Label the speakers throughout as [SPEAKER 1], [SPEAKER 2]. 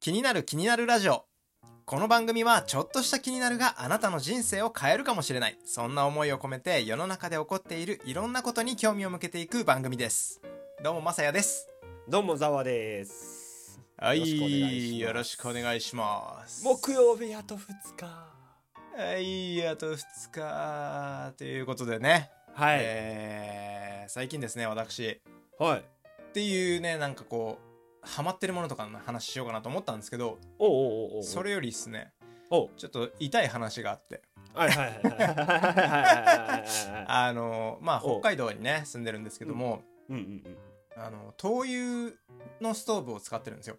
[SPEAKER 1] 気になる気になるラジオこの番組はちょっとした気になるがあなたの人生を変えるかもしれないそんな思いを込めて世の中で起こっているいろんなことに興味を向けていく番組ですどうもまさやです
[SPEAKER 2] どうもざわです
[SPEAKER 1] はよ
[SPEAKER 2] よ
[SPEAKER 1] ろ
[SPEAKER 2] ろ
[SPEAKER 1] し
[SPEAKER 2] し
[SPEAKER 1] く
[SPEAKER 2] く
[SPEAKER 1] お
[SPEAKER 2] お
[SPEAKER 1] 願いします
[SPEAKER 2] 木曜日あと2日
[SPEAKER 1] はいあと2日ということでね、
[SPEAKER 2] はい、
[SPEAKER 1] えー最近ですね私
[SPEAKER 2] はい
[SPEAKER 1] っていうねなんかこうハマってるものとかの話しようかなと思ったんですけど
[SPEAKER 2] おうおうおうおう
[SPEAKER 1] それよりですね
[SPEAKER 2] おう
[SPEAKER 1] ちょっと痛い話があって
[SPEAKER 2] はいはいはいはいはいはいはい
[SPEAKER 1] あのまあ
[SPEAKER 2] お
[SPEAKER 1] 北海道にね住んでるんですけども、
[SPEAKER 2] うんうんうん
[SPEAKER 1] あの灯油のストーブを使ってるんですよ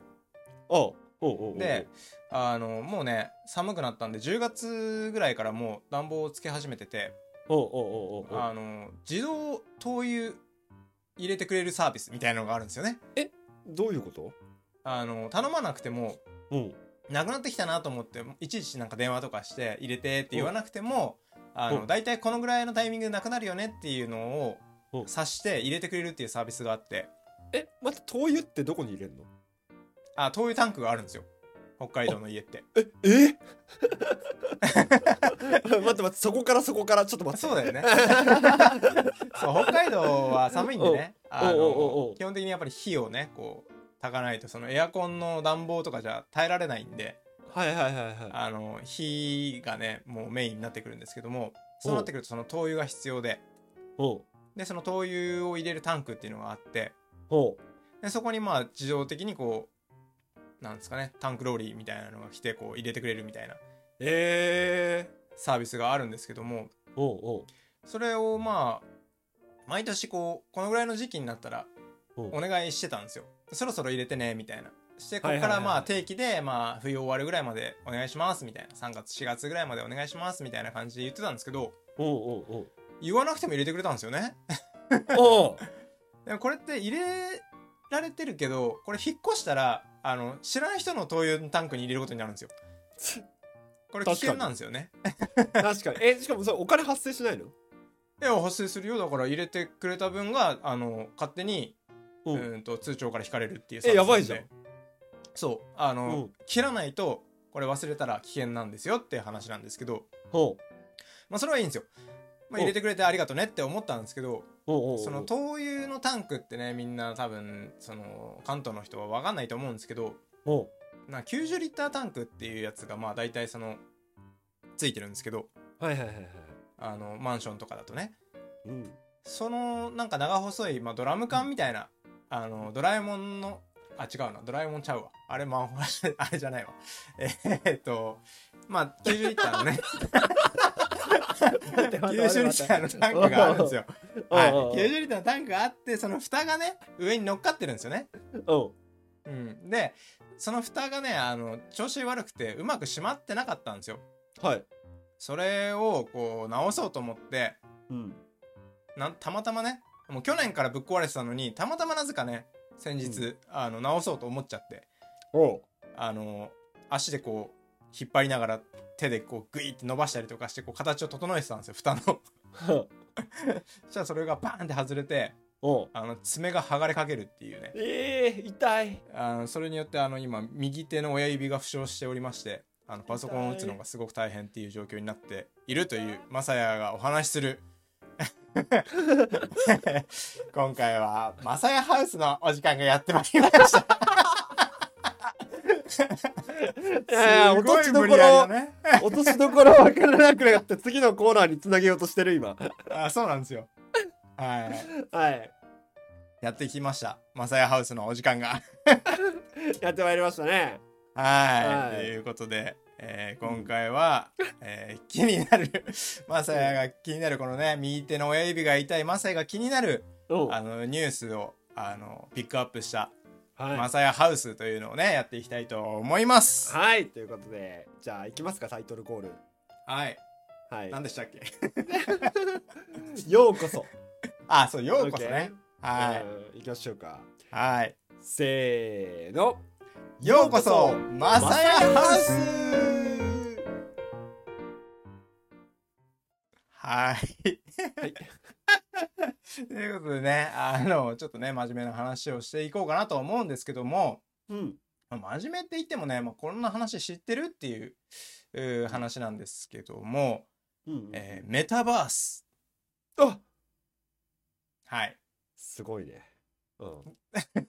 [SPEAKER 2] おうおうおうおう
[SPEAKER 1] であのもうね寒くなったんで10月ぐらいからもう暖房をつけ始めてて
[SPEAKER 2] おうおうおうおうお
[SPEAKER 1] あ
[SPEAKER 2] う
[SPEAKER 1] の自動灯油入れてくれるサービスみたいなのがあるんですよね
[SPEAKER 2] どういうこと
[SPEAKER 1] あの頼まなくても
[SPEAKER 2] うん
[SPEAKER 1] なくなってきたなと思っていちいちなんか電話とかして入れてって言わなくてもあ
[SPEAKER 2] う
[SPEAKER 1] の
[SPEAKER 2] ん
[SPEAKER 1] 大体このぐらいのタイミングでなくなるよねっていうの
[SPEAKER 2] う
[SPEAKER 1] を
[SPEAKER 2] ん
[SPEAKER 1] 察して入れてくれるっていうサービスがあって
[SPEAKER 2] えまた灯油ってどこに入れるの
[SPEAKER 1] あ灯油タンクがあるんですよ北海道の家って
[SPEAKER 2] ええ 待って待ってそこからそこからちょっと待って
[SPEAKER 1] そうだよね そう北海道は寒いんでねあ
[SPEAKER 2] おうおうお
[SPEAKER 1] の
[SPEAKER 2] う
[SPEAKER 1] 基本的にやっぱり火をねこう炊かないとそのエアコンの暖房とかじゃ耐えられないんで
[SPEAKER 2] はいはいはいはい
[SPEAKER 1] あの火がねもうメインになってくるんですけどもそうなってくるとその灯油が必要で
[SPEAKER 2] おう
[SPEAKER 1] でその灯油を入れるタンクっていうのがあって
[SPEAKER 2] おう
[SPEAKER 1] でそこにまあ自動的にこうなんですかねタンクローリーみたいなのが来てこう入れてくれるみたいな
[SPEAKER 2] えー
[SPEAKER 1] サービスがあるんですけども
[SPEAKER 2] おうおう
[SPEAKER 1] それをまあ毎年こうこのぐらいの時期になったら
[SPEAKER 2] おう
[SPEAKER 1] お願いしてたんですよそろそろ入れてねみたいなしてここ
[SPEAKER 2] は
[SPEAKER 1] か
[SPEAKER 2] いはい
[SPEAKER 1] ら
[SPEAKER 2] はい
[SPEAKER 1] まあ定期でまあ冬終わるぐらいまでお願いしますみたいな3月4月ぐらいまでお願いしますみたいな感じで言ってたんですけど
[SPEAKER 2] おうおうお う
[SPEAKER 1] 言わなくても入れてくれたんですよね
[SPEAKER 2] おう
[SPEAKER 1] でもこれって入れられてるけどこれ引っ越したらあの知らない人の灯油のタンクに入れることになるんですよこれ危険なんですよね
[SPEAKER 2] 確かにえしかもそれお金発生しないの
[SPEAKER 1] で発生するよだから入れてくれた分があの勝手に
[SPEAKER 2] う
[SPEAKER 1] うんーんと通帳から引かれるっていう
[SPEAKER 2] えやばい
[SPEAKER 1] サ
[SPEAKER 2] じ
[SPEAKER 1] ー
[SPEAKER 2] ゃ
[SPEAKER 1] ビス
[SPEAKER 2] ん
[SPEAKER 1] なんでそうあ
[SPEAKER 2] う
[SPEAKER 1] の
[SPEAKER 2] ん
[SPEAKER 1] 切らないとこれ忘れたら危険なんですよっていう話なんですけど
[SPEAKER 2] ほう
[SPEAKER 1] まあそれはいいんですよ、まあ、入れてくれてありがとねって思ったんですけど
[SPEAKER 2] ほうほう
[SPEAKER 1] その灯油のタンクってねみんな多分その関東の人は分かんないと思うんですけど
[SPEAKER 2] ほ
[SPEAKER 1] な90リッタータンクっていうやつがまあ大体そのついてるんですけど
[SPEAKER 2] うはいはいはいはい
[SPEAKER 1] あのマンションとかだとね
[SPEAKER 2] うん
[SPEAKER 1] そのなんか長細い、まあ、ドラム缶みたいな、あのドラえもんのあ違うなドラえもんちゃうわあれマンホール あれじゃないわえーっとまあ90リッターのね
[SPEAKER 2] 待って待って
[SPEAKER 1] 90リッターのタンクがあるんですよ、はい、
[SPEAKER 2] おうおう
[SPEAKER 1] 90リッターのタンクがあってその蓋がね上に乗っかってるんですよね
[SPEAKER 2] おう
[SPEAKER 1] うん、でその蓋がねあの調子悪くてうまく閉まってなかったんですよ
[SPEAKER 2] はい
[SPEAKER 1] それをこう直そうと思って
[SPEAKER 2] うん
[SPEAKER 1] なんたまたまねもう去年からぶっ壊れてたのにたまたまなぜかね先日、
[SPEAKER 2] う
[SPEAKER 1] あの直そうと思っちゃって
[SPEAKER 2] おう
[SPEAKER 1] あの足でこう引っ張りながら手でこうグイって伸ばしたりとかしてこう形を整えてたんですよ蓋の そしたらそれがバーンって外れて
[SPEAKER 2] おう
[SPEAKER 1] あの爪が剥がれかけるっていうね
[SPEAKER 2] ええ痛い
[SPEAKER 1] あのそれによってあの今右手の親指が負傷しておりましてあのパソコンを打つのがすごく大変っていう状況になっているというマサヤがお話しする 今回はマサヤハウスのお時間がやってまいりました
[SPEAKER 2] いやいや
[SPEAKER 1] すご
[SPEAKER 2] 落と
[SPEAKER 1] い
[SPEAKER 2] し
[SPEAKER 1] 無
[SPEAKER 2] ど
[SPEAKER 1] 理や
[SPEAKER 2] こ
[SPEAKER 1] りだ
[SPEAKER 2] ろ
[SPEAKER 1] ね
[SPEAKER 2] 落としどころ分からなくなって次のコーナーにつなげようとしてる今
[SPEAKER 1] あそうなんですよはい
[SPEAKER 2] はい
[SPEAKER 1] やってきましたマサヤハウスのお時間が
[SPEAKER 2] やってまいりましたね
[SPEAKER 1] はい、
[SPEAKER 2] はい
[SPEAKER 1] ということで、えー今回は、えー気にな るマサヤが気になるこのね右手の親指が痛いマサヤが気になる
[SPEAKER 2] おう
[SPEAKER 1] あのニュースをあのピックアップしたマ
[SPEAKER 2] は
[SPEAKER 1] サヤハウスというのをねやっていきたいと思いま
[SPEAKER 2] い
[SPEAKER 1] す。
[SPEAKER 2] はいということでじゃあいきますかタイトルコール
[SPEAKER 1] はい、
[SPEAKER 2] はい
[SPEAKER 1] 何でしたっけ
[SPEAKER 2] ようこそ
[SPEAKER 1] あそうようこそね。はい、
[SPEAKER 2] いいきましょうか
[SPEAKER 1] はい、
[SPEAKER 2] せーの
[SPEAKER 1] ようこそマサヤハウスはい。
[SPEAKER 2] はい
[SPEAKER 1] ということでね、あの、ちょっとね、真面目な話をしていこうかなと思うんですけども、
[SPEAKER 2] うん
[SPEAKER 1] まあ真面目って言ってもね、まあ、こんな話知ってるっていううー話なんですけども、
[SPEAKER 2] うんうんうん
[SPEAKER 1] えーメタバース。
[SPEAKER 2] あ
[SPEAKER 1] はい。
[SPEAKER 2] すごいね。う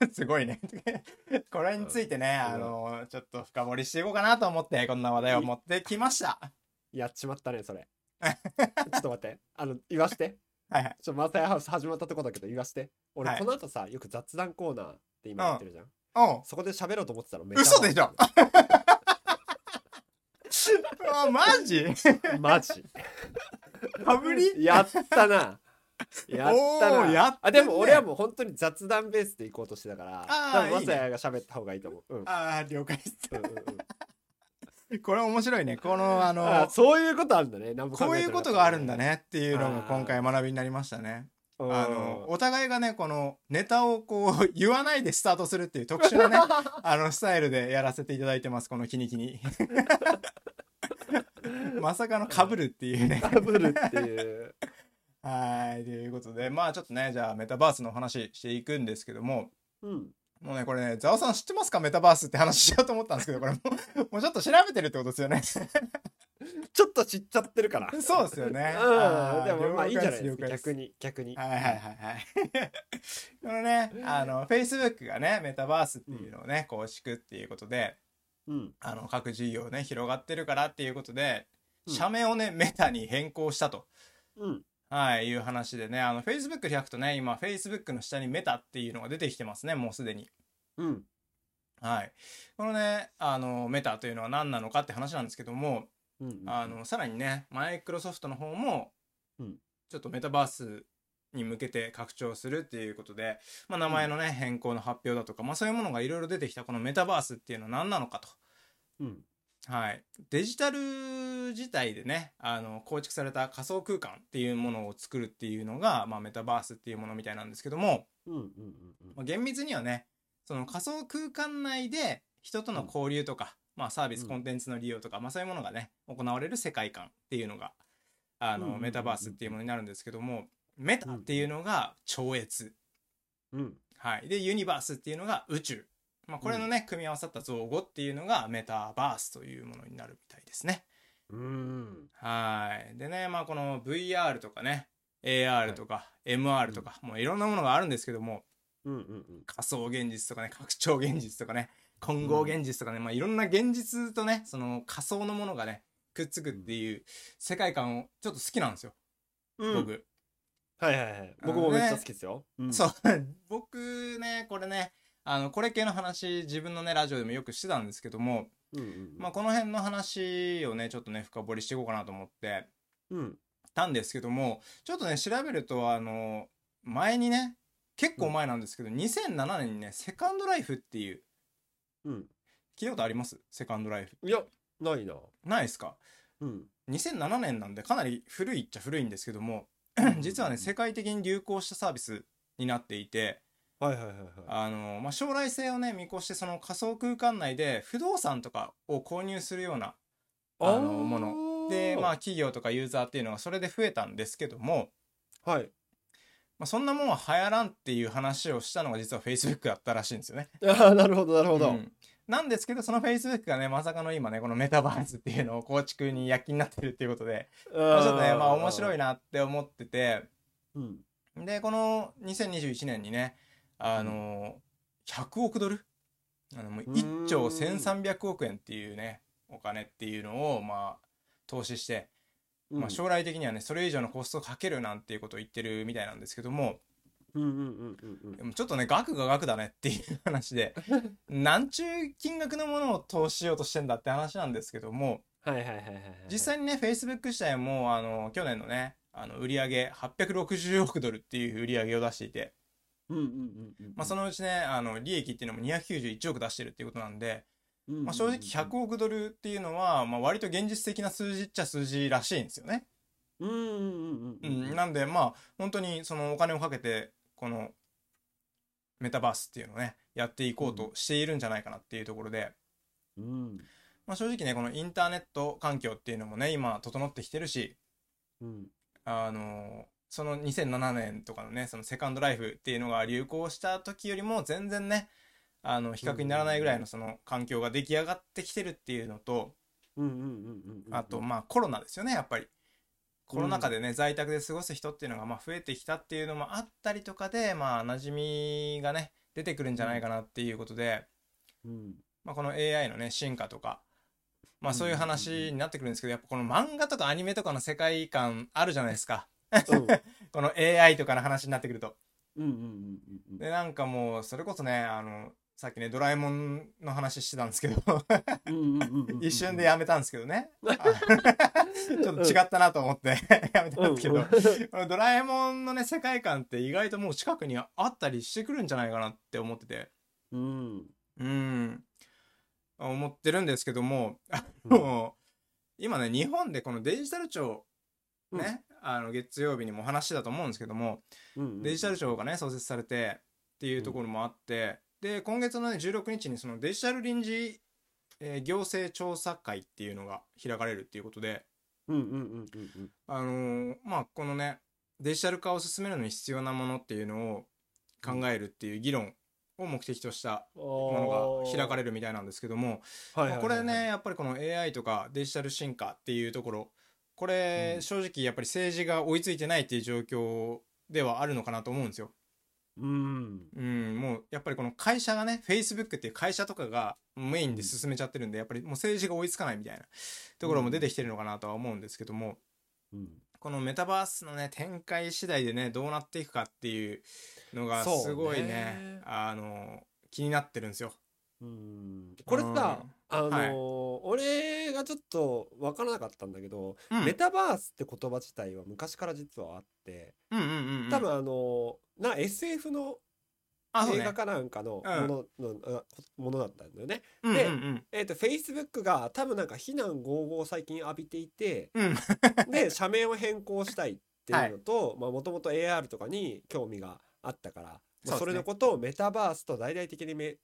[SPEAKER 2] ん。
[SPEAKER 1] すごいね。 これについてね、
[SPEAKER 2] うん
[SPEAKER 1] あの、ちょっと深掘りしていこうかなと思って、こんな話題を持ってきました。
[SPEAKER 2] やっちまった ね、それ。ちょっと待って。あの、言わして。
[SPEAKER 1] はいはい。
[SPEAKER 2] ちょ、マサヤハウス始まったとこだけど言わして。
[SPEAKER 1] は
[SPEAKER 2] 俺、
[SPEAKER 1] い
[SPEAKER 2] この後さ、よく雑談コーナーって今やってるじゃん。
[SPEAKER 1] おう
[SPEAKER 2] そこで喋ろうと思ってたの。
[SPEAKER 1] 嘘でしょ あマジ
[SPEAKER 2] マジ。
[SPEAKER 1] かぶり
[SPEAKER 2] やったな。やった
[SPEAKER 1] おー
[SPEAKER 2] な。
[SPEAKER 1] やってんね
[SPEAKER 2] あでも俺はもう本当に雑談ベースで行こうとしてたから、
[SPEAKER 1] あー
[SPEAKER 2] 多分
[SPEAKER 1] いい
[SPEAKER 2] マ
[SPEAKER 1] ね
[SPEAKER 2] サヤが喋った方がいいと思う。うん。うん
[SPEAKER 1] ああ、了解で
[SPEAKER 2] うんうん
[SPEAKER 1] す。これ面白いね。この、あ
[SPEAKER 2] あ
[SPEAKER 1] の
[SPEAKER 2] ー、そういうことあるんだね。何も考
[SPEAKER 1] こ
[SPEAKER 2] えて
[SPEAKER 1] う
[SPEAKER 2] なかった
[SPEAKER 1] いうことがあるんだ。ねっていうのも今回学びになりましたね。
[SPEAKER 2] うん
[SPEAKER 1] あの、お互いがね、このネタをこう、言わないでスタートするっていう特殊 なね、あの、スタイルでやらせていただいてます、このキニキニ。 まさかの被るっていう ね。
[SPEAKER 2] ダブルっていう。
[SPEAKER 1] はい、ということで、まあちょっとね、じゃあメタバースの話していくんですけども、
[SPEAKER 2] うん。
[SPEAKER 1] もうね、これね、ざわさん知ってますかメタバースって話しようと思ったんですけど、これもう、 もうちょっと調べてるってことですよね。
[SPEAKER 2] ちょっと知っちゃってるから。
[SPEAKER 1] そうですよ
[SPEAKER 2] う
[SPEAKER 1] ね。
[SPEAKER 2] ん。でもまあいいんじゃないですか。
[SPEAKER 1] 逆
[SPEAKER 2] 逆に、逆に。
[SPEAKER 1] はいはい はいはい。このね、あの、Facebook がね、メタバースっていうのをね、こう敷くっていうことで、
[SPEAKER 2] うん。
[SPEAKER 1] あの、各事業ね、広がってるからっていうことで、
[SPEAKER 2] うん
[SPEAKER 1] 社名をね、メタに変更したと。
[SPEAKER 2] うん。
[SPEAKER 1] はい、いう話でね、あの、Facebook 開くとね、今、Facebook の下にメタっていうのが出てきてますね、もうすでに。
[SPEAKER 2] うん。
[SPEAKER 1] はい。このね、あの、メタというのは何なのかって話なんですけども、
[SPEAKER 2] うん。
[SPEAKER 1] あ、の、さらにね、マイクロソフトの方も
[SPEAKER 2] うん、
[SPEAKER 1] ちょっとメタバースに向けて拡張するっていうことで、まあ、名前のね、変更の発表だとか、まあ、そういうものがいろいろ出てきた、このメタバースっていうのは何なのかと。
[SPEAKER 2] うん。
[SPEAKER 1] はい、デジタル自体でねあの構築された仮想空間っていうものを作るっていうのが、まあ、メタバースっていうものみたいなんですけども、
[SPEAKER 2] うん。うん。うん
[SPEAKER 1] まあ、厳密にはねその仮想空間内で人との交流とか、まあ、サービス
[SPEAKER 2] うん
[SPEAKER 1] コンテンツの利用とか、まあ、そういうものがね行われる世界観っていうのがあの、
[SPEAKER 2] うんうんうんうん
[SPEAKER 1] メタバースっていうものになるんですけどもメタっていうのが超越、
[SPEAKER 2] うん。
[SPEAKER 1] はい、でユニバースっていうのが宇宙、まあ、これのね、組み合わさった造語っていうのがメタバースというものになるみたいですね。
[SPEAKER 2] うん。
[SPEAKER 1] はい。でね、まあこの VR とかね、AR とか MR とか、もういろんなものがあるんですけども、
[SPEAKER 2] うん。うん。
[SPEAKER 1] 仮想現実とかね、拡張現実とかね、混合現実とかね、まあいろんな現実とね、その仮想のものがね、くっつくっていう世界観をちょっと好きなんですよ、
[SPEAKER 2] うん。
[SPEAKER 1] 僕。
[SPEAKER 2] はいはいはい。
[SPEAKER 1] あのね
[SPEAKER 2] 僕もめっちゃ好きですよ。うん
[SPEAKER 1] そう、 僕ね、これね、あの、これ系の話、自分のね、ラジオでもよくしてたんですけども、
[SPEAKER 2] うんうん
[SPEAKER 1] まあこの辺の話をね、ちょっとね、深掘りしていこうかなと思って、
[SPEAKER 2] うん。
[SPEAKER 1] たんですけどもちょっとね調べるとあの前にね結構前なんですけど、2007年にねセカンドライフっていう
[SPEAKER 2] うん。
[SPEAKER 1] 聞いたことありますセカンドライフ
[SPEAKER 2] いや、ないな。
[SPEAKER 1] ないですか
[SPEAKER 2] うん。
[SPEAKER 1] 2007年なんでかなり古いっちゃ古いんですけども 実はね世界的に流行したサービスになっていて
[SPEAKER 2] はいはいはいは。
[SPEAKER 1] あの、まあ、将来性をね見越してその仮想空間内で不動産とかを購入するようないあのもの
[SPEAKER 2] の
[SPEAKER 1] でまあ企業とかユーザーっていうのがそれで増えたんですけども、
[SPEAKER 2] あ、 はい。
[SPEAKER 1] まあ、そんなもんは流行らんっていう話をしたのが実は Facebook だったらしいんですよね。
[SPEAKER 2] ああ、なるほどなるほ
[SPEAKER 1] う
[SPEAKER 2] ど。
[SPEAKER 1] んなんですけどその Facebook がねまさかの今ねこのメタバースっていうのを構築に躍起になってるっていうことで、まあ、ちょっとねまあ面白い
[SPEAKER 2] な。
[SPEAKER 1] なって思ってて
[SPEAKER 2] うん。
[SPEAKER 1] でこの2021年にねあの100億ドルあのもう1兆
[SPEAKER 2] うーん
[SPEAKER 1] 1300億円っていうねお金っていうのをまあ投資して、まあ、
[SPEAKER 2] ょ
[SPEAKER 1] 将来的にはねそれ以上のコストをかけるなんていうことを言ってるみたいなんですけども、
[SPEAKER 2] うんうんうんうんうん
[SPEAKER 1] で。もちょっとね、額が額だねっていう話 で、なんちゅう金額のものを投資しようとしてんだって話なんですけども、
[SPEAKER 2] はいはいはいはいはい。
[SPEAKER 1] 実際にね、Facebook 自体も、あの、去年のね、あの、売り上げ860億ドルっていう売り上げを出していて、
[SPEAKER 2] うんうんうんうんうん。
[SPEAKER 1] まあ、そのうちね、あの、利益っていうのも291億出してるっていうことなんで、
[SPEAKER 2] うんうんうん、
[SPEAKER 1] まあ、正直100億ドルっていうのは、まあ、割と現実的な数字っちゃ数字らしいんですよね。
[SPEAKER 2] うんうんうん
[SPEAKER 1] う、
[SPEAKER 2] うんん。
[SPEAKER 1] なんでまあ本当にそのお金をかけてこのメタバースっていうのをねやっていこうとしているんじゃないかなっていうところで、
[SPEAKER 2] うん
[SPEAKER 1] まあ、正直ねこのインターネット環境っていうのもね今整ってきてるし
[SPEAKER 2] うん
[SPEAKER 1] あのその2007年とかのねそのセカンドライフっていうのが流行した時よりも全然ねあの比較にならないぐらいのその環境が出来上がってきてるっていうのと
[SPEAKER 2] うんうんうんうんうん
[SPEAKER 1] あとまあコロナですよねやっぱりコロナ禍でね在宅で過ごす人っていうのがまあ増えてきたっていうのもあったりとかでまあ馴染みがね出てくるんじゃないかなっていうことで、
[SPEAKER 2] うん
[SPEAKER 1] まあ、この AI のね進化とか、まあ、そういう
[SPEAKER 2] うんうんう
[SPEAKER 1] 話になってくるんですけどやっぱこの漫画とかアニメとかの世界観あるじゃないですか
[SPEAKER 2] うん
[SPEAKER 1] この AI とかの話になってくると。
[SPEAKER 2] うんうんうんうん
[SPEAKER 1] でなんかもうそれこそねあのさっきねドラえもんの話してたんですけど
[SPEAKER 2] うんうんうんうんうん
[SPEAKER 1] 一瞬でやめたんですけどね あちょっと違ったなと思って やめたんですけど、このドラえもんのね世界観って意外ともう近くにあったりしてくるんじゃないかなって思ってて
[SPEAKER 2] うんうん
[SPEAKER 1] うん思ってるんですけどもあ
[SPEAKER 2] うん
[SPEAKER 1] の今ね日本でこのデジタル庁ね、あの月曜日にもお話だと思うんですけども、
[SPEAKER 2] うん
[SPEAKER 1] デジタル庁がね創設されてっていうところもあって、で今月の、ね、16日にそのデジタル臨時、えー行政調査会っていうのが開かれるっていうことで、
[SPEAKER 2] うんうんうんうんうん
[SPEAKER 1] あのーまあ、このねデジタル化を進めるのに必要なものっていうのを考えるっていう議論を目的としたものが開か
[SPEAKER 2] れ
[SPEAKER 1] れるみたいなんですけども、
[SPEAKER 2] はい
[SPEAKER 1] ま
[SPEAKER 2] は
[SPEAKER 1] あ
[SPEAKER 2] い
[SPEAKER 1] こ
[SPEAKER 2] はい
[SPEAKER 1] れねやっぱりこの AI とかデジタル進化っていうところこれ、
[SPEAKER 2] うん
[SPEAKER 1] 正直やっぱり政治が追いついてないっていう状況ではあるのかなと思うんですよ。
[SPEAKER 2] うん
[SPEAKER 1] うん、もうやっぱりこの会社がね Facebook っていう会社とかがメインで進めちゃってるんで、やっぱりもう政治が追いつかないみたいなところも出てきてるのかなとは思うんですけども、
[SPEAKER 2] うん
[SPEAKER 1] このメタバースのね展開次第でねどうなっていくかっていうのが
[SPEAKER 2] そうね
[SPEAKER 1] すごいねあの気になってるんですよ。
[SPEAKER 2] うんこれさ
[SPEAKER 1] うん
[SPEAKER 2] あの
[SPEAKER 1] はい
[SPEAKER 2] ー俺がちょっと分からなかったんだけど
[SPEAKER 1] うん、
[SPEAKER 2] メタバースって言葉自体は昔から実はあって
[SPEAKER 1] うんうんうんうん
[SPEAKER 2] 多分あのーな SF の
[SPEAKER 1] あそう
[SPEAKER 2] 映
[SPEAKER 1] ね
[SPEAKER 2] 画かなんかの
[SPEAKER 1] うん
[SPEAKER 2] もののあものだったんだよね。
[SPEAKER 1] うんうん
[SPEAKER 2] で
[SPEAKER 1] うん
[SPEAKER 2] えっと Facebook が多分なんか非難合々を最近浴びていて
[SPEAKER 1] うん
[SPEAKER 2] で社名を変更したいっていうのともともと AR とかに興味があったからま
[SPEAKER 1] そう
[SPEAKER 2] あ
[SPEAKER 1] ですね
[SPEAKER 2] それのことをメタバースと大々的にめ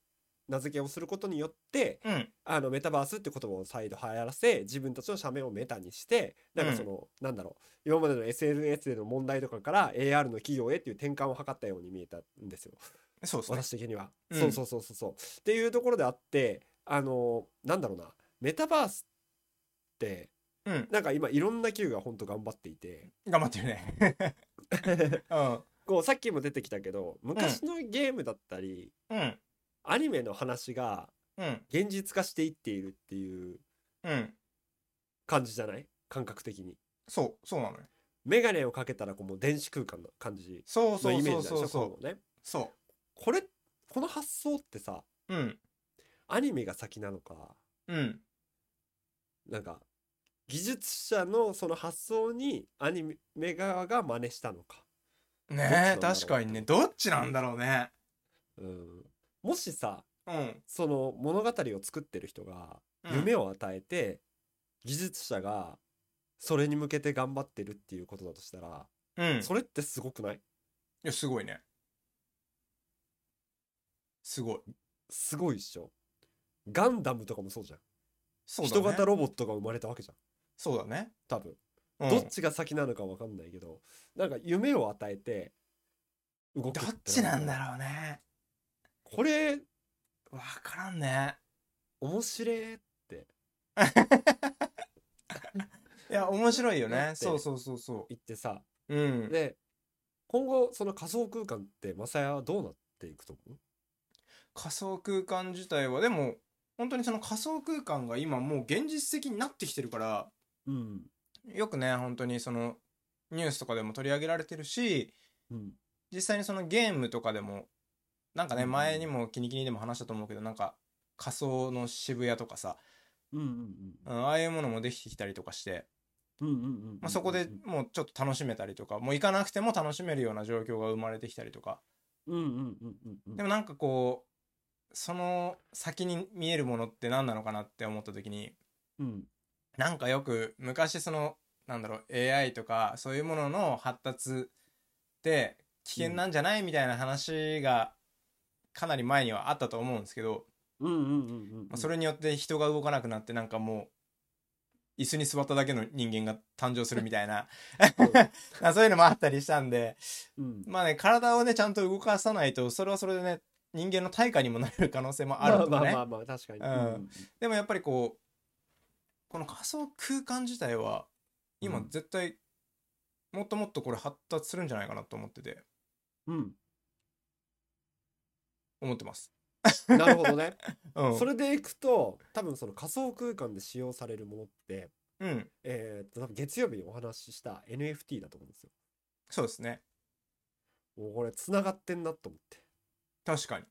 [SPEAKER 2] 名付けをすることによって
[SPEAKER 1] うん
[SPEAKER 2] あのメタバースって言葉を再度流行らせ自分たちの社名をメタにしてなんかその、なんだろう今までの SNS での問題とかから AR の企業へっていう転換を図ったように見えたんですよ
[SPEAKER 1] そうですね。
[SPEAKER 2] 私的には、
[SPEAKER 1] うん
[SPEAKER 2] そうそうそうそうそうっていうところであってあのなんだろうなメタバースって
[SPEAKER 1] うん
[SPEAKER 2] なんか今いろんな企業が本当頑張っていて
[SPEAKER 1] 頑張ってるね。 うん
[SPEAKER 2] こうさっきも出てきたけど昔のゲームだったり、
[SPEAKER 1] うん
[SPEAKER 2] アニメの話が
[SPEAKER 1] うん
[SPEAKER 2] 現実化していっているっていう
[SPEAKER 1] うん
[SPEAKER 2] 感じじゃない感覚的に
[SPEAKER 1] そうそうなのよ。
[SPEAKER 2] メガネをかけたらこうもう電子空間の感じ
[SPEAKER 1] そう
[SPEAKER 2] の
[SPEAKER 1] そ
[SPEAKER 2] イ
[SPEAKER 1] う
[SPEAKER 2] メ
[SPEAKER 1] そ
[SPEAKER 2] ー
[SPEAKER 1] う
[SPEAKER 2] ジなん
[SPEAKER 1] そ
[SPEAKER 2] で
[SPEAKER 1] う
[SPEAKER 2] しょ
[SPEAKER 1] そ
[SPEAKER 2] こういうのね
[SPEAKER 1] うそ
[SPEAKER 2] これこの発想ってさ
[SPEAKER 1] う。うん
[SPEAKER 2] アニメが先なのか
[SPEAKER 1] うん
[SPEAKER 2] なんか技術者のその発想にアニメ側が真似したのか、
[SPEAKER 1] ねえ
[SPEAKER 2] どっちなんだろう
[SPEAKER 1] 確かにねどっちなんだろうね
[SPEAKER 2] うん、もしさ
[SPEAKER 1] うん
[SPEAKER 2] その物語を作ってる人が夢を与えて、技術者がそれに向けて頑張ってるっていうことだとしたら、
[SPEAKER 1] うんい
[SPEAKER 2] それってすごくない
[SPEAKER 1] やすごいねすごい
[SPEAKER 2] すごいっしょガンダムとかもそうじゃん、
[SPEAKER 1] そうだね
[SPEAKER 2] 人型ロボットが生まれたわけじゃん
[SPEAKER 1] そうだね
[SPEAKER 2] 多分、
[SPEAKER 1] うん
[SPEAKER 2] どっちが先なのか分かんないけどなんか夢を与えて動く
[SPEAKER 1] ど
[SPEAKER 2] て
[SPEAKER 1] っちなんだ
[SPEAKER 2] う
[SPEAKER 1] ろうね
[SPEAKER 2] これ
[SPEAKER 1] わからんね
[SPEAKER 2] 面白い
[SPEAKER 1] いや面白いよ
[SPEAKER 2] だ
[SPEAKER 1] ね
[SPEAKER 2] って
[SPEAKER 1] そうそうそうそ
[SPEAKER 2] 言ってさ、
[SPEAKER 1] ううん
[SPEAKER 2] で今後その仮想空間ってマサヤはどうなっていくと思
[SPEAKER 1] 仮想空間自体はでも本当にその仮想空間が今もう現実的になってきてるから
[SPEAKER 2] ううん
[SPEAKER 1] よくね本当にそのニュースとかでも取り上げられてるし
[SPEAKER 2] うん
[SPEAKER 1] 実際にそのゲームとかでもなんかね、
[SPEAKER 2] うん
[SPEAKER 1] 前にも「キニキニ」でも話したと思うけどなんか仮想の渋谷とかさ、
[SPEAKER 2] うん
[SPEAKER 1] うんああいうものもできてきたりとかして、
[SPEAKER 2] うんうんうんうんうんうん
[SPEAKER 1] まあ、そこでもうちょっと楽しめたりとかもう行かなくても楽しめるような状況が生まれてきたりとか
[SPEAKER 2] うんうんうんうんうん
[SPEAKER 1] でもなんかこうその先に見えるものって何なのかなって思った時に
[SPEAKER 2] うん
[SPEAKER 1] なんかよく昔そのなんだろう AI とかそういうものの発達って危険なんじゃないみたいな話がかなり前にはあったと思うんですけど、
[SPEAKER 2] うんうんうんうん
[SPEAKER 1] まあ、それによって人が動かなくなってなんかもう椅子に座っただけの人間が誕生するみたいな そういうのもあったりしたんで
[SPEAKER 2] うん
[SPEAKER 1] まあね体をねちゃんと動かさないとそれはそれでね人間の対価にもなれる可能性もあ
[SPEAKER 2] ま
[SPEAKER 1] ると
[SPEAKER 2] あ
[SPEAKER 1] か
[SPEAKER 2] まあ
[SPEAKER 1] ね
[SPEAKER 2] まあまあ確かに、
[SPEAKER 1] うんでもやっぱりこうこの仮想空間自体は今
[SPEAKER 2] うん
[SPEAKER 1] 絶対もっともっとこれ発達するんじゃないかなと思ってて
[SPEAKER 2] うん
[SPEAKER 1] 思ってます。
[SPEAKER 2] なるほどね、
[SPEAKER 1] うん、
[SPEAKER 2] それでいくと多分その仮想空間で使用されるものって
[SPEAKER 1] うん、
[SPEAKER 2] えーっと多分月曜日にお話しした NFT だと思うんですよ
[SPEAKER 1] そうですね
[SPEAKER 2] もうこれ繋がってんなと思って
[SPEAKER 1] 確かに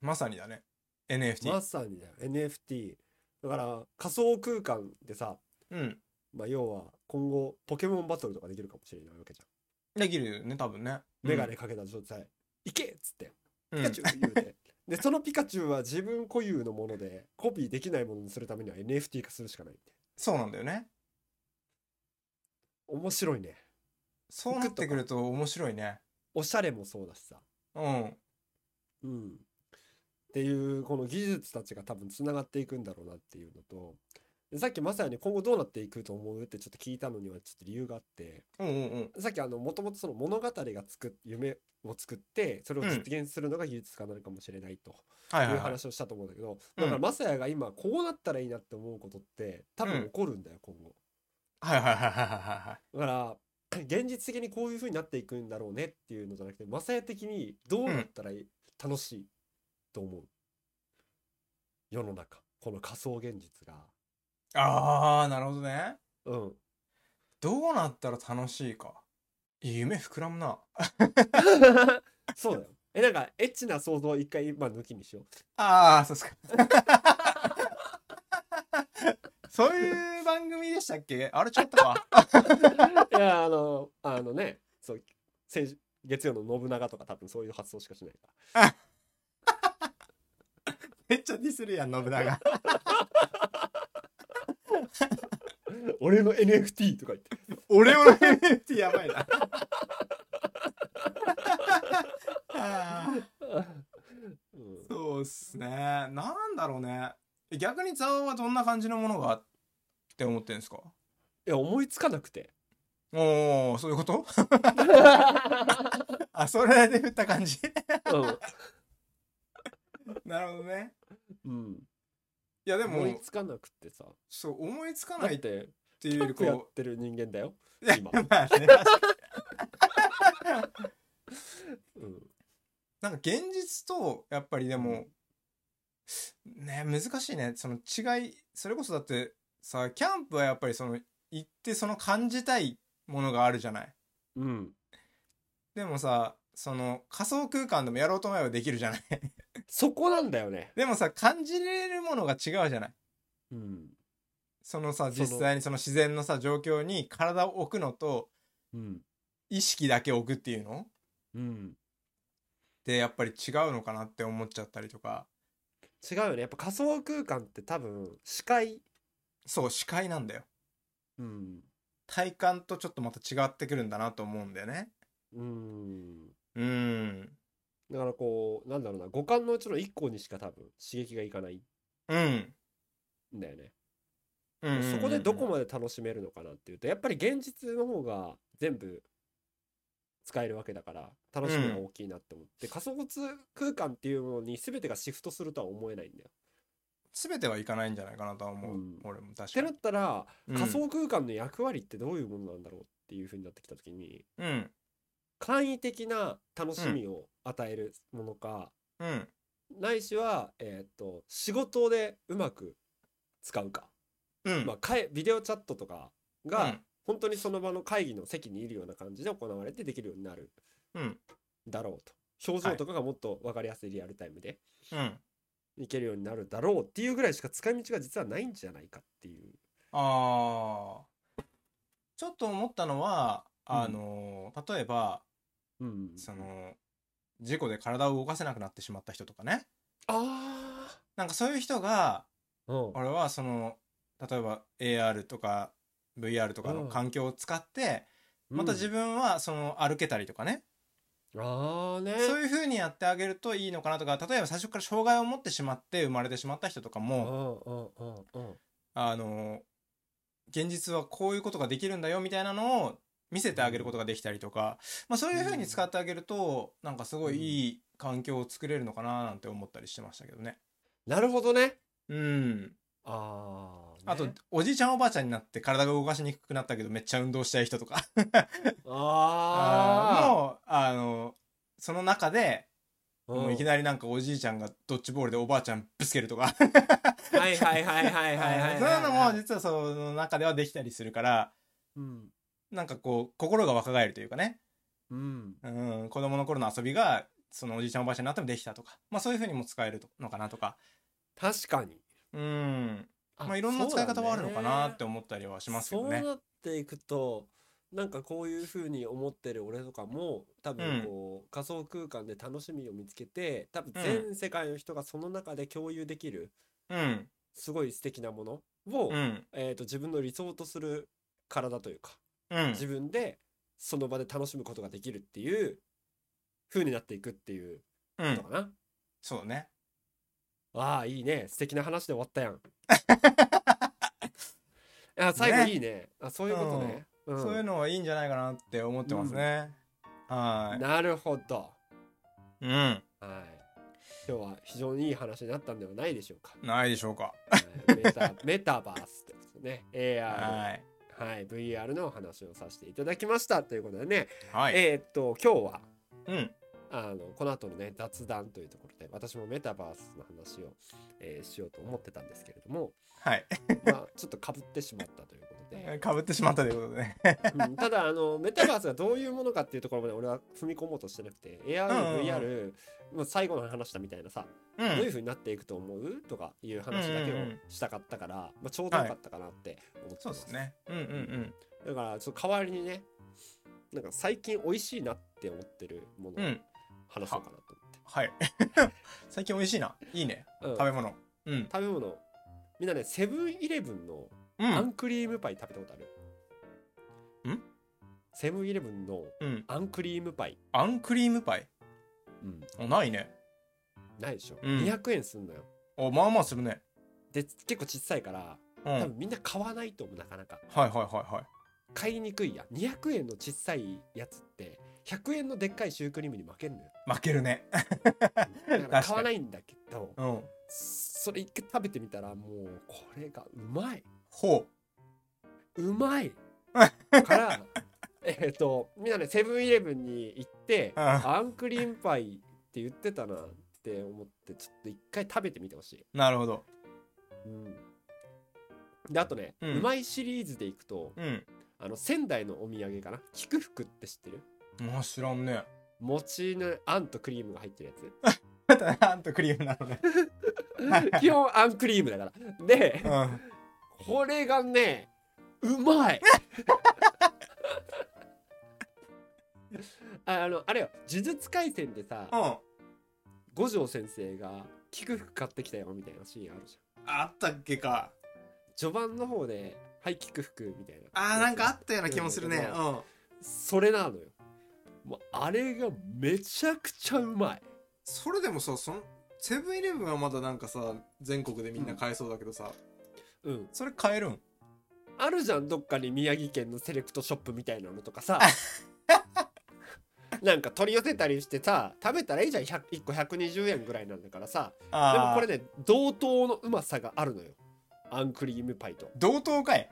[SPEAKER 1] まさにだね NFT、
[SPEAKER 2] まさにだよ NFT だから仮想空間でさ、
[SPEAKER 1] うん
[SPEAKER 2] まあ、要は今後ポケモンバトルとかできるかもしれないわけじゃ
[SPEAKER 1] できるよね多分ね
[SPEAKER 2] んメガネかけた状態「いけ!」っつって
[SPEAKER 1] う
[SPEAKER 2] ピ
[SPEAKER 1] ん
[SPEAKER 2] カチュウ言うてでそのピカチュウは自分固有のものでコピーできないものにするためには NFT 化するしかないって
[SPEAKER 1] そうなんだよね
[SPEAKER 2] 面白いね
[SPEAKER 1] そうなってくると面白いね
[SPEAKER 2] おしゃれもそうだしさ
[SPEAKER 1] うん
[SPEAKER 2] うんっていうこの技術たちが多分つながっていくんだろうなっていうのとでさっきまさに今後どうなっていくと思うってちょっと聞いたのにはちょっと理由があって
[SPEAKER 1] うんうんうん
[SPEAKER 2] さっきあのもともとその物語がつく夢を作ってそれを実現するのが技術家なのかもしれないと
[SPEAKER 1] はいはいいうはい
[SPEAKER 2] 話をしたと思うんだけど
[SPEAKER 1] うん
[SPEAKER 2] だからマサヤが今こうなったらいいなって思うことって多
[SPEAKER 1] うん
[SPEAKER 2] 分起こるんだよ今後
[SPEAKER 1] はいはいはいはいはいはい
[SPEAKER 2] だから現実的にこういう風になっていくんだろうねっていうのじゃなくてマサヤ的にどうなったらいい楽しいと思う世の中この仮想現実が
[SPEAKER 1] ああなるほどね
[SPEAKER 2] うん
[SPEAKER 1] どうなったら楽しいか夢膨らむな
[SPEAKER 2] そうだ よえなんかエッチな想像を一回今抜きにしよう
[SPEAKER 1] ああ、そうですか。そういう番組でしたっけあれちょっとか。
[SPEAKER 2] いやあのあのねそう先月曜の信長とか多分そういう発想しかしないか
[SPEAKER 1] めっちゃディスるやん、信長。
[SPEAKER 2] ら俺の NFT とか言って
[SPEAKER 1] 俺の NFT やばい な。あー
[SPEAKER 2] うん
[SPEAKER 1] そうっすね。なんだろうね。逆にザオはどんな感じのものがって思ってんですか
[SPEAKER 2] いや思いつかなくて
[SPEAKER 1] おおそういうこと
[SPEAKER 2] う
[SPEAKER 1] あ、それで振った感じ
[SPEAKER 2] ん
[SPEAKER 1] なるほどね。
[SPEAKER 2] うん、
[SPEAKER 1] いや、で
[SPEAKER 2] 思い
[SPEAKER 1] も、
[SPEAKER 2] つかなくてさ
[SPEAKER 1] そう、思いつか
[SPEAKER 2] だ
[SPEAKER 1] な
[SPEAKER 2] っ
[SPEAKER 1] いってていうより
[SPEAKER 2] よくや
[SPEAKER 1] こ
[SPEAKER 2] ってる人間だよ、
[SPEAKER 1] う、いや、
[SPEAKER 2] 今
[SPEAKER 1] まあね、確かに
[SPEAKER 2] うん、
[SPEAKER 1] なんか現実とやっぱりでも、ね難しいねその違いそれこそだってさキャンプはやっぱりその行ってその感じたいものがあるじゃない
[SPEAKER 2] うん、
[SPEAKER 1] でもさその仮想空間でもやろうと思えばできるじゃない
[SPEAKER 2] そこなんだよね、
[SPEAKER 1] でもさ感じれるものが違うじゃない
[SPEAKER 2] うん
[SPEAKER 1] そのさ
[SPEAKER 2] その
[SPEAKER 1] 実際にその自然のさ状況に体を置くのと
[SPEAKER 2] うん
[SPEAKER 1] 意識だけ置くっていうの
[SPEAKER 2] う
[SPEAKER 1] っ
[SPEAKER 2] ん、
[SPEAKER 1] てやっぱり違うのかなって思っちゃったりとか
[SPEAKER 2] 違うよねやっぱ仮想空間って多分視界、
[SPEAKER 1] そう視界なんだよ
[SPEAKER 2] うん
[SPEAKER 1] 体感とちょっとまた違ってくるんだなと思うんだよね
[SPEAKER 2] うん、
[SPEAKER 1] うん。
[SPEAKER 2] だからこうなんだろうな五感のうちの一個にしか多分刺激がいかない
[SPEAKER 1] うん。
[SPEAKER 2] んだよね、
[SPEAKER 1] うん
[SPEAKER 2] そこでどこまで楽しめるのかなっていうとやっぱり現実の方が全部使えるわけだから楽しみが大きいなって思って、仮想通空間っていうものに全てがシフトするとは思えないんだよ。
[SPEAKER 1] 全てはいかないんじゃないかなとは思う。
[SPEAKER 2] うん
[SPEAKER 1] 俺も
[SPEAKER 2] っ
[SPEAKER 1] 確か
[SPEAKER 2] てな
[SPEAKER 1] に
[SPEAKER 2] っ。たら、
[SPEAKER 1] うん
[SPEAKER 2] 仮想空間の役割ってどういうものなんだろうっていうふうになってきた時に
[SPEAKER 1] うん。
[SPEAKER 2] 簡易的な楽しみを与えるものか、
[SPEAKER 1] うん。
[SPEAKER 2] ないしは、えーっと仕事でうまく使うか。
[SPEAKER 1] うん。
[SPEAKER 2] まあ、かえビデオチャットとかが、
[SPEAKER 1] うん
[SPEAKER 2] 本当にその場の会議の席にいるような感じで行われてできるようになる
[SPEAKER 1] うん。
[SPEAKER 2] だろうと表情とかがもっと分かりやすいリアルタイムで
[SPEAKER 1] うん。
[SPEAKER 2] いけるようになるだろうっていうぐらいしか使い道が実はないんじゃないかっていう。
[SPEAKER 1] あー。ちょっと思ったのは、
[SPEAKER 2] うん
[SPEAKER 1] あのー、例えば、
[SPEAKER 2] うん、
[SPEAKER 1] その、事故で体を動かせなくなってしまった人とかね。
[SPEAKER 2] あ
[SPEAKER 1] なんかそういう人が、
[SPEAKER 2] あ、うん
[SPEAKER 1] 俺はその、例えば AR とか VR とかの環境を使って、また自、分はその歩けたりとかね、
[SPEAKER 2] うんああね
[SPEAKER 1] そういう風にやってあげるといいのかなとか例えば最初から障害を持ってしまって生まれてしまった人とか
[SPEAKER 2] うん
[SPEAKER 1] も
[SPEAKER 2] うんうんうん
[SPEAKER 1] あの現実はこういうことができるんだよみたいなのを見せてあげることができたりとか、まあ、そういう風に使ってあげるとなんかすごいいい環境を作れるのかななんて思ったりしてましたけどね。
[SPEAKER 2] なるほどね。
[SPEAKER 1] うん。
[SPEAKER 2] ああ、
[SPEAKER 1] あと、おじいちゃんおばあちゃんになって体が動かしにくくなったけどめっちゃ運動したい人とか
[SPEAKER 2] あ
[SPEAKER 1] のあのその中で、
[SPEAKER 2] あ、
[SPEAKER 1] もういき
[SPEAKER 2] な
[SPEAKER 1] なりなんかおじいちゃんがドッジボールでおばあちゃんぶつけるとか
[SPEAKER 2] り。はいはいはいはいはいはいはい。
[SPEAKER 1] そういうのも実はその中ではできたりするから
[SPEAKER 2] うん。
[SPEAKER 1] なんかこう心が若返るというかね、
[SPEAKER 2] うん。
[SPEAKER 1] うん、子供の頃の遊びがそのおじいちゃんおばあちゃんになってもできたとか、まあ、そういうふうにも使えるのかなとか
[SPEAKER 2] 確かに。
[SPEAKER 1] うん、
[SPEAKER 2] あ
[SPEAKER 1] まあ、いろんな使い方はあるのかなって
[SPEAKER 2] 思
[SPEAKER 1] 思ったりはしますけどね
[SPEAKER 2] そう。なっていくと、なんかこういう風に思ってる俺とかも多分こう、仮想空間で楽しみを見つけて多分全世界の人がその中で共有できる
[SPEAKER 1] うん、
[SPEAKER 2] すごい素敵なものを、
[SPEAKER 1] うん、
[SPEAKER 2] えー、と自分の理想とする体というか
[SPEAKER 1] うん
[SPEAKER 2] 自分でその場で楽しむことができるっていう風になっていくっていう
[SPEAKER 1] う
[SPEAKER 2] こと
[SPEAKER 1] ん
[SPEAKER 2] か、な。
[SPEAKER 1] そうだね。
[SPEAKER 2] ああいいね素敵な話で終わった やん。あ最後
[SPEAKER 1] ね
[SPEAKER 2] いいねあそういうことね。うん
[SPEAKER 1] そういうのはいいんじゃないかなって思ってますね。は
[SPEAKER 2] なるほど。
[SPEAKER 1] い。うん。
[SPEAKER 2] はい。今日は非常にいい話になったんではないでしょうか。
[SPEAKER 1] ないでしょうか。
[SPEAKER 2] はい メタメタバースってことね。AR、
[SPEAKER 1] はい。
[SPEAKER 2] はい、VR のお話をさせていただきましたということでね、
[SPEAKER 1] はい。
[SPEAKER 2] えーっと今日は
[SPEAKER 1] うん。
[SPEAKER 2] あのこの後のね雑談というところで私もメタバースの話を、えーしようと思ってたんですけれ ども、
[SPEAKER 1] はい。
[SPEAKER 2] まあ、ちょっとかぶってしまったということ で、
[SPEAKER 1] かぶってしまったということでね。
[SPEAKER 2] うんただあのメタバースがどういうものかっていうところまで俺は踏み込もうとしてなくて AR、
[SPEAKER 1] うん
[SPEAKER 2] VR、まあ、最後の話だみたいなさ、
[SPEAKER 1] う。
[SPEAKER 2] どういうん風になっていくと思うとかいう話だけを
[SPEAKER 1] うんうんうん
[SPEAKER 2] したかったから、まあ、ちょうどよかったかなって思って
[SPEAKER 1] そう
[SPEAKER 2] ま,、
[SPEAKER 1] ですすね。うんうん
[SPEAKER 2] だからちょっと代わりにねなんか最近美味しいなって思ってるもの
[SPEAKER 1] うん。う
[SPEAKER 2] を
[SPEAKER 1] ん。
[SPEAKER 2] 話そうかなと思って、
[SPEAKER 1] はい。 最近美味しいな。いいね。
[SPEAKER 2] うん
[SPEAKER 1] 食べ物。うん。
[SPEAKER 2] 食べ物みんなねセブンイレブンの
[SPEAKER 1] う
[SPEAKER 2] あ
[SPEAKER 1] ん。
[SPEAKER 2] んクリームパイ食べたことある
[SPEAKER 1] ん
[SPEAKER 2] セブンイレブンの
[SPEAKER 1] うん。
[SPEAKER 2] あんクリームパイ、
[SPEAKER 1] あんクリームパイ。あないね。
[SPEAKER 2] ないでしょ、
[SPEAKER 1] うん
[SPEAKER 2] 200円すんのよ
[SPEAKER 1] お、まあまあするね。
[SPEAKER 2] で結構小さいから
[SPEAKER 1] うん。は
[SPEAKER 2] 多
[SPEAKER 1] い
[SPEAKER 2] 分みんな買わないと思うなかなか
[SPEAKER 1] はいはいはい。
[SPEAKER 2] 買いにくいやん200円の小さいやつって100円のでっかいシュークリームに負けんの よ
[SPEAKER 1] 負ける ね。
[SPEAKER 2] だから
[SPEAKER 1] 確か
[SPEAKER 2] 買
[SPEAKER 1] に
[SPEAKER 2] わないんだけど
[SPEAKER 1] うん。
[SPEAKER 2] それ一回食べてみたらもうこれがうまい
[SPEAKER 1] ほ
[SPEAKER 2] うまいから えっとみんなねセブンイレブンに行って
[SPEAKER 1] う。うん。
[SPEAKER 2] あんクリームパイって言ってたなって思ってちょっと一回食べてみてほしい、
[SPEAKER 1] なるほど。
[SPEAKER 2] うん、であとね、う
[SPEAKER 1] うん
[SPEAKER 2] まいシリーズでいくと
[SPEAKER 1] うん。
[SPEAKER 2] あの仙台のお土産かな菊福って知ってる
[SPEAKER 1] まあ知らんね。
[SPEAKER 2] 餅のあんとクリームが入ってるや
[SPEAKER 1] あんとクリームな のね。
[SPEAKER 2] つ基本あんクリームだからで
[SPEAKER 1] うん。
[SPEAKER 2] これがねうまいああのあれよ「呪術廻戦」でさ
[SPEAKER 1] うん。
[SPEAKER 2] 五条先生が菊福買ってきたよみたいなシーンあるじゃん
[SPEAKER 1] あったっけか。
[SPEAKER 2] 序盤の方で「はいキック服」みたいな
[SPEAKER 1] あーなんかあったような気もするね。うん。
[SPEAKER 2] それなのよもうあれがめちゃくちゃうまい
[SPEAKER 1] それでもさ、その、セブンイレブンはまだなんかさ、全国でみんな買えそうだけどさ、
[SPEAKER 2] うん
[SPEAKER 1] それ買えるん
[SPEAKER 2] あるじゃんどっかに宮城県のセレクトショップみたいなのとかさなんか取り寄せたりしてさ食べたらいいじゃん 100, 1個120円ぐらいなんだからさでも
[SPEAKER 1] あ
[SPEAKER 2] こ
[SPEAKER 1] あ
[SPEAKER 2] れね同等のうまさがあるのよあんクリームパイと
[SPEAKER 1] 同等かい。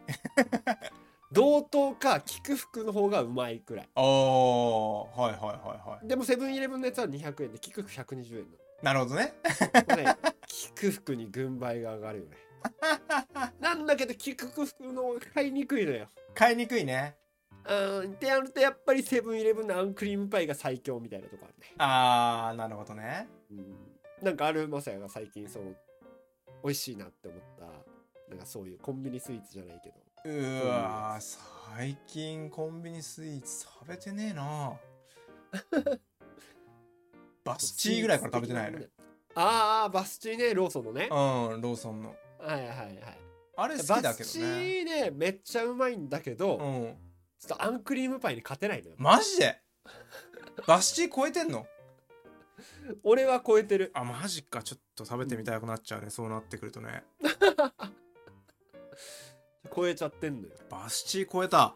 [SPEAKER 2] 同等か菊服の方がうまいくらい
[SPEAKER 1] ああ、はいはいはいは
[SPEAKER 2] でもセブンイレブンのやつは200円で菊服120円なの
[SPEAKER 1] い。なるほどね。
[SPEAKER 2] ね、菊服に軍配が上がるよね。なんだけど菊服の方が買いにくいのよ。
[SPEAKER 1] 買いにくいね。
[SPEAKER 2] うん、ってやるとやっぱりセブンイレブンのアンクリームパイが最強みたいなとこある
[SPEAKER 1] ああ、なるほどね。
[SPEAKER 2] ね。うん、なんかあるまさやが最近その美味しいなって思ったなんかそういうコンビニスイーツじゃないけど
[SPEAKER 1] うーわー、最近コンビニスイーツ食べてねえ な。バスチーぐらいから食べてないよね。
[SPEAKER 2] ああバスチーねローソンのね。
[SPEAKER 1] うん、ローソンの。
[SPEAKER 2] はいはいはい。
[SPEAKER 1] あれ好きだ
[SPEAKER 2] バ
[SPEAKER 1] け
[SPEAKER 2] ス
[SPEAKER 1] ど
[SPEAKER 2] チ
[SPEAKER 1] ね。
[SPEAKER 2] ーねめっちゃうまいんだけど、
[SPEAKER 1] う
[SPEAKER 2] ちょ
[SPEAKER 1] ん。
[SPEAKER 2] っとアンクリームパイに勝てないのよ。
[SPEAKER 1] マジでバスチー超えてんの
[SPEAKER 2] 俺は超えてる。
[SPEAKER 1] あマジかちょっと食べてみたくなっちゃうね、そうなってくるとね
[SPEAKER 2] 超えちゃってんのよ。
[SPEAKER 1] バスチー超えた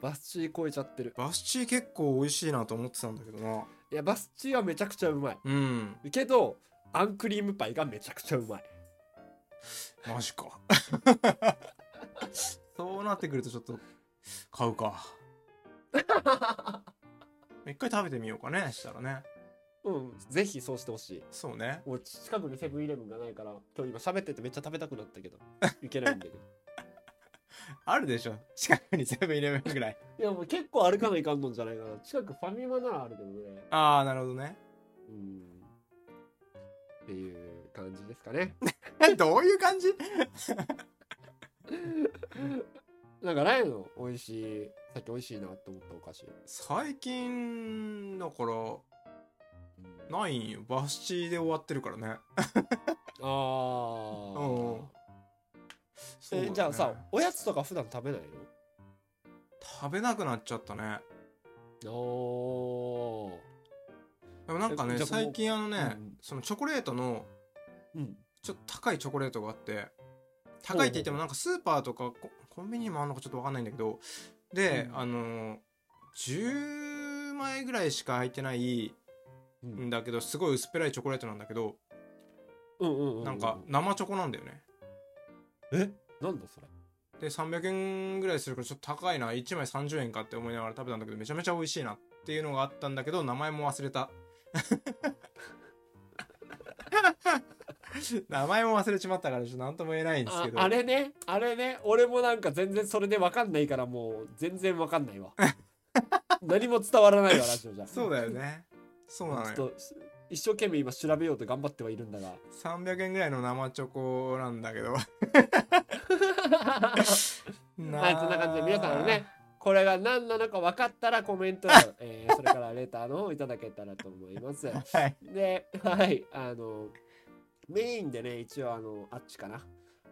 [SPEAKER 2] バスチー超えちゃってる。
[SPEAKER 1] バスチー結構美味しいなと思ってたんだけどな
[SPEAKER 2] いやバスチーはめちゃくちゃうまい
[SPEAKER 1] うん
[SPEAKER 2] けどあんクリームパイがめちゃくちゃうまい
[SPEAKER 1] マジか そうなってくるとちょっと買うか一回食べてみようかねしたらね
[SPEAKER 2] うんぜひそうしてほしい
[SPEAKER 1] そうね
[SPEAKER 2] 俺近くにセブンイレブンがないから今日今喋っててめっちゃ食べたくなった けどいけないんだけど
[SPEAKER 1] あるでしょ近くにセブンイレブンぐらい
[SPEAKER 2] いやもう結構歩かないかんのんじゃないかな近くファミマならあるけどね
[SPEAKER 1] ああなるほどね
[SPEAKER 2] うんっていう感じですかね
[SPEAKER 1] どういう感じ
[SPEAKER 2] なんかライの美味しいさっき美味しいなって思ったお菓子
[SPEAKER 1] 最近だからないんよバスチーで終わってるからね
[SPEAKER 2] ああ、
[SPEAKER 1] うん
[SPEAKER 2] え
[SPEAKER 1] そうだね
[SPEAKER 2] じゃあさおやつとか普段食べない
[SPEAKER 1] 食べなくなっちゃったね
[SPEAKER 2] のおー
[SPEAKER 1] でもなんか
[SPEAKER 2] え
[SPEAKER 1] ね
[SPEAKER 2] じゃあ
[SPEAKER 1] 最近あのね、
[SPEAKER 2] うん
[SPEAKER 1] そのチョコレートの
[SPEAKER 2] うん
[SPEAKER 1] ちょっと高いチョコレートがあって高いって言ってもなんかスーパーとかココンビニにもあるのかちょっと分かんないんだけどで、
[SPEAKER 2] うん
[SPEAKER 1] あのー10枚ぐらいしか入ってない
[SPEAKER 2] うん
[SPEAKER 1] んだけどすごい薄っぺらいチョコレートなんだけど
[SPEAKER 2] うんうんうう
[SPEAKER 1] なんか生チョコなんだよね
[SPEAKER 2] えなんだそれ
[SPEAKER 1] で300円ぐらいするからちょっと高いな1枚30円かって思いながら食べたんだけどめちゃめちゃ美味しいなっていうのがあったんだけど名前も忘れ た名前も忘れちまったからちょっと何とも言えないんです
[SPEAKER 2] あ
[SPEAKER 1] けど
[SPEAKER 2] あれねあれね俺もなんか全然それで分かんないからもう全然分か んないわ何も伝わらないわラジオじゃ
[SPEAKER 1] そうだよね。そうなの
[SPEAKER 2] ちょ
[SPEAKER 1] よ。
[SPEAKER 2] っと一生懸命今調べようと頑張ってはいるん だが
[SPEAKER 1] 300円ぐらいの生チョコなんだけど。な
[SPEAKER 2] はいそんな感じで皆さんね。これが何なのか分かったらコメントや、えーそれからレターの方いただけたらと思います
[SPEAKER 1] はい。
[SPEAKER 2] ではいあのメインでね一応あのあっちかな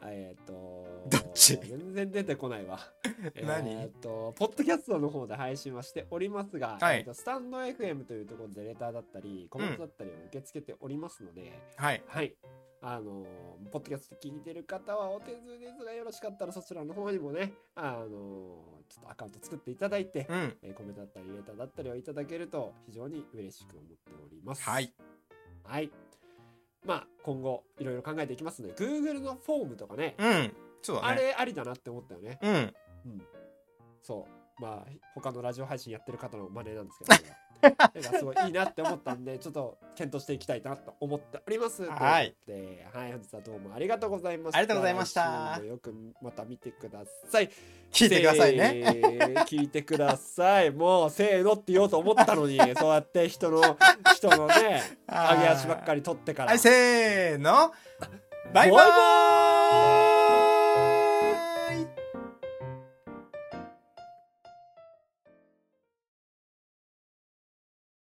[SPEAKER 2] えっ、と
[SPEAKER 1] どっち
[SPEAKER 2] 全然出てこないわ
[SPEAKER 1] 何
[SPEAKER 2] えっとポッドキャストの方で配信はしておりますが、
[SPEAKER 1] はい
[SPEAKER 2] えーとスタンド FM というところでレターだったりコメントだったりを受け付けておりますので、
[SPEAKER 1] はい。
[SPEAKER 2] はい。あのーポッドキャスト聞いてる方はお手数ですがよろしかったらそちらの方にもね、あのーちょっとアカウント作っていただいて、
[SPEAKER 1] うん。
[SPEAKER 2] えーコメントだったりレターだったりをいただけると非常に嬉しく思っております。
[SPEAKER 1] はい。。
[SPEAKER 2] はい。まあ、今後いろいろ考えていきますので、Google のフォームとかね、
[SPEAKER 1] うん。そう
[SPEAKER 2] あ
[SPEAKER 1] だね。
[SPEAKER 2] れありだなって思ったよね。
[SPEAKER 1] うん。
[SPEAKER 2] そう。まあ、他のラジオ配信やってる方の真似なんですけど、 これはなんかすごいいいなって思ったんで、ちょっと検討していきたいなと思っております。
[SPEAKER 1] はい
[SPEAKER 2] ということで。はい、本日はどうもありがとうございました。
[SPEAKER 1] ありがとうございました
[SPEAKER 2] 来週もよくまた見てください。
[SPEAKER 1] 聞いてくださいね。
[SPEAKER 2] せー。聞いてください。もう、せーのって言おうと思っ たのに、そうやって人の、人のね、
[SPEAKER 1] あ
[SPEAKER 2] 上げ足ばっか
[SPEAKER 1] り。
[SPEAKER 2] り取ってから。
[SPEAKER 1] はい、せーの。バイバ
[SPEAKER 2] バイ
[SPEAKER 1] ーイ